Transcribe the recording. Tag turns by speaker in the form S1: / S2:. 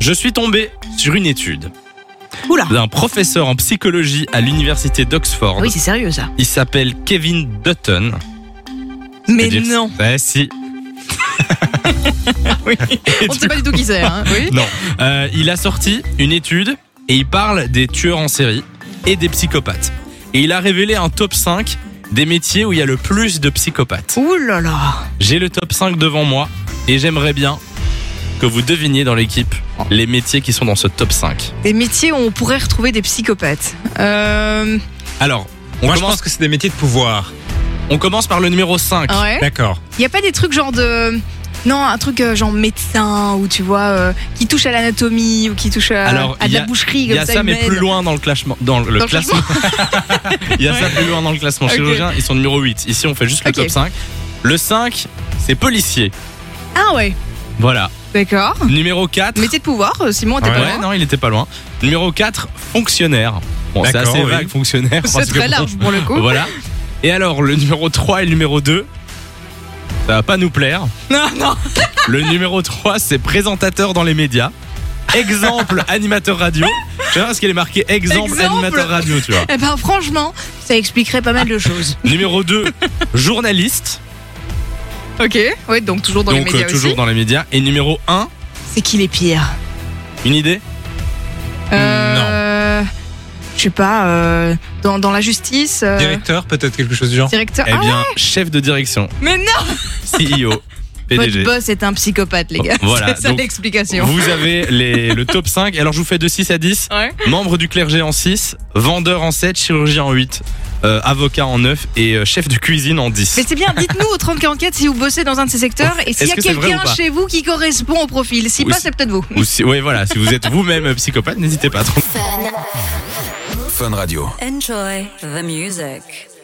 S1: Je suis tombé sur une étude
S2: Oula.
S1: d'un professeur en psychologie à l'université d'Oxford.
S2: Ah Oui, c'est sérieux ça.
S1: Il s'appelle Kevin Dutton.
S2: Mais
S1: C'est-à-dire-
S2: non.
S1: Ouais, si.
S2: Oui.
S1: Et
S2: On ne
S1: du
S2: sait pas du tout qui c'est. Hein. Oui.
S1: Non. Euh, il a sorti une étude et il parle des tueurs en série et des psychopathes. Et il a révélé un top 5 des métiers où il y a le plus de psychopathes.
S2: Ouh là là.
S1: J'ai le top 5 devant moi et j'aimerais bien que vous deviniez dans l'équipe les métiers qui sont dans ce top 5.
S2: Des métiers où on pourrait retrouver des psychopathes. Euh...
S1: Alors, on,
S3: Moi, je
S1: commence,
S3: pense que c'est des métiers de pouvoir.
S1: on commence par le numéro 5.
S2: Ouais.
S3: D'accord.
S2: Il y a pas des trucs genre de. Non, un truc euh, genre médecin ou tu vois euh, qui touche à l'anatomie ou qui touche à,
S1: Alors,
S2: à de
S1: il y
S2: la
S1: a-
S2: boucherie
S1: Il
S2: comme
S1: y a ça, mais
S2: humaine.
S1: plus loin dans le classement. Dans le
S2: Dans le
S1: classement. Il y a ça plus loin dans le classement.
S2: Ok.
S1: Chirurgien, ils sont numéro 8. Ici, on fait juste le
S2: Ok.
S1: top 5. Le 5, c'est policier.
S2: Ah ouais,
S1: Voilà.
S2: d'accord.
S1: Numéro 4.
S2: Métier de pouvoir, euh, Simon, t'es
S1: Ouais,
S2: pas loin.
S1: non, il était pas loin. Numéro 4, fonctionnaire. Bon, c'est
S3: D'accord,
S1: assez
S3: oui.
S1: vague, fonctionnaire.
S2: C'est
S1: parce que
S2: très
S1: bon,
S2: large pour le coup.
S1: Voilà. Et alors, le numéro 3 et le numéro 2, ça va pas nous plaire.
S2: Non, non.
S1: Le numéro 3, c'est présentateur dans les médias. Exemple, animateur radio. Je sais pas ce qu'il est marqué exemple,
S2: Exemple.
S1: animateur radio, tu vois.
S2: Eh ben franchement, ça expliquerait pas mal de choses.
S1: Numéro 2, journaliste.
S2: ok. Ouais, donc toujours dans
S1: Ah. donc, euh,
S2: les médias
S1: toujours
S2: aussi.
S1: dans les médias. Et numéro 1,
S2: C'est qui les pires
S1: une idée
S2: Euh, Je sais pas. euh, dans, dans la justice. euh,
S3: Directeur, peut-être quelque chose du genre.
S2: directeur.
S1: Eh
S2: Ah,
S1: bien, chef de direction, E
S2: mais non.
S1: CEO, PDG.
S2: Votre boss est un psychopathe, les gars.
S1: Voilà,
S2: C'est ça
S1: donc,
S2: l'explication.
S1: Vous avez les- le top 5. Alors, je vous fais de 6 à 10.
S2: Ouais.
S1: Membre du clergé en 6, vendeur en 7, chirurgien en 8, euh, avocat en 9 et euh, chef de cuisine en 10.
S2: Mais c'est bien, dites-nous au 3044 si vous bossez dans un de ces secteurs et s'il y a
S1: Est-ce que c'est vrai
S2: quelqu'un
S1: ou pas
S2: chez vous qui correspond au profil. Si
S1: Ou
S2: pas,
S1: si-
S2: c'est peut-être vous.
S1: Ou si, ouais, voilà, si vous êtes vous-même euh, psychopathe, n'hésitez pas.
S4: Fun Radio.
S5: Enjoy the music.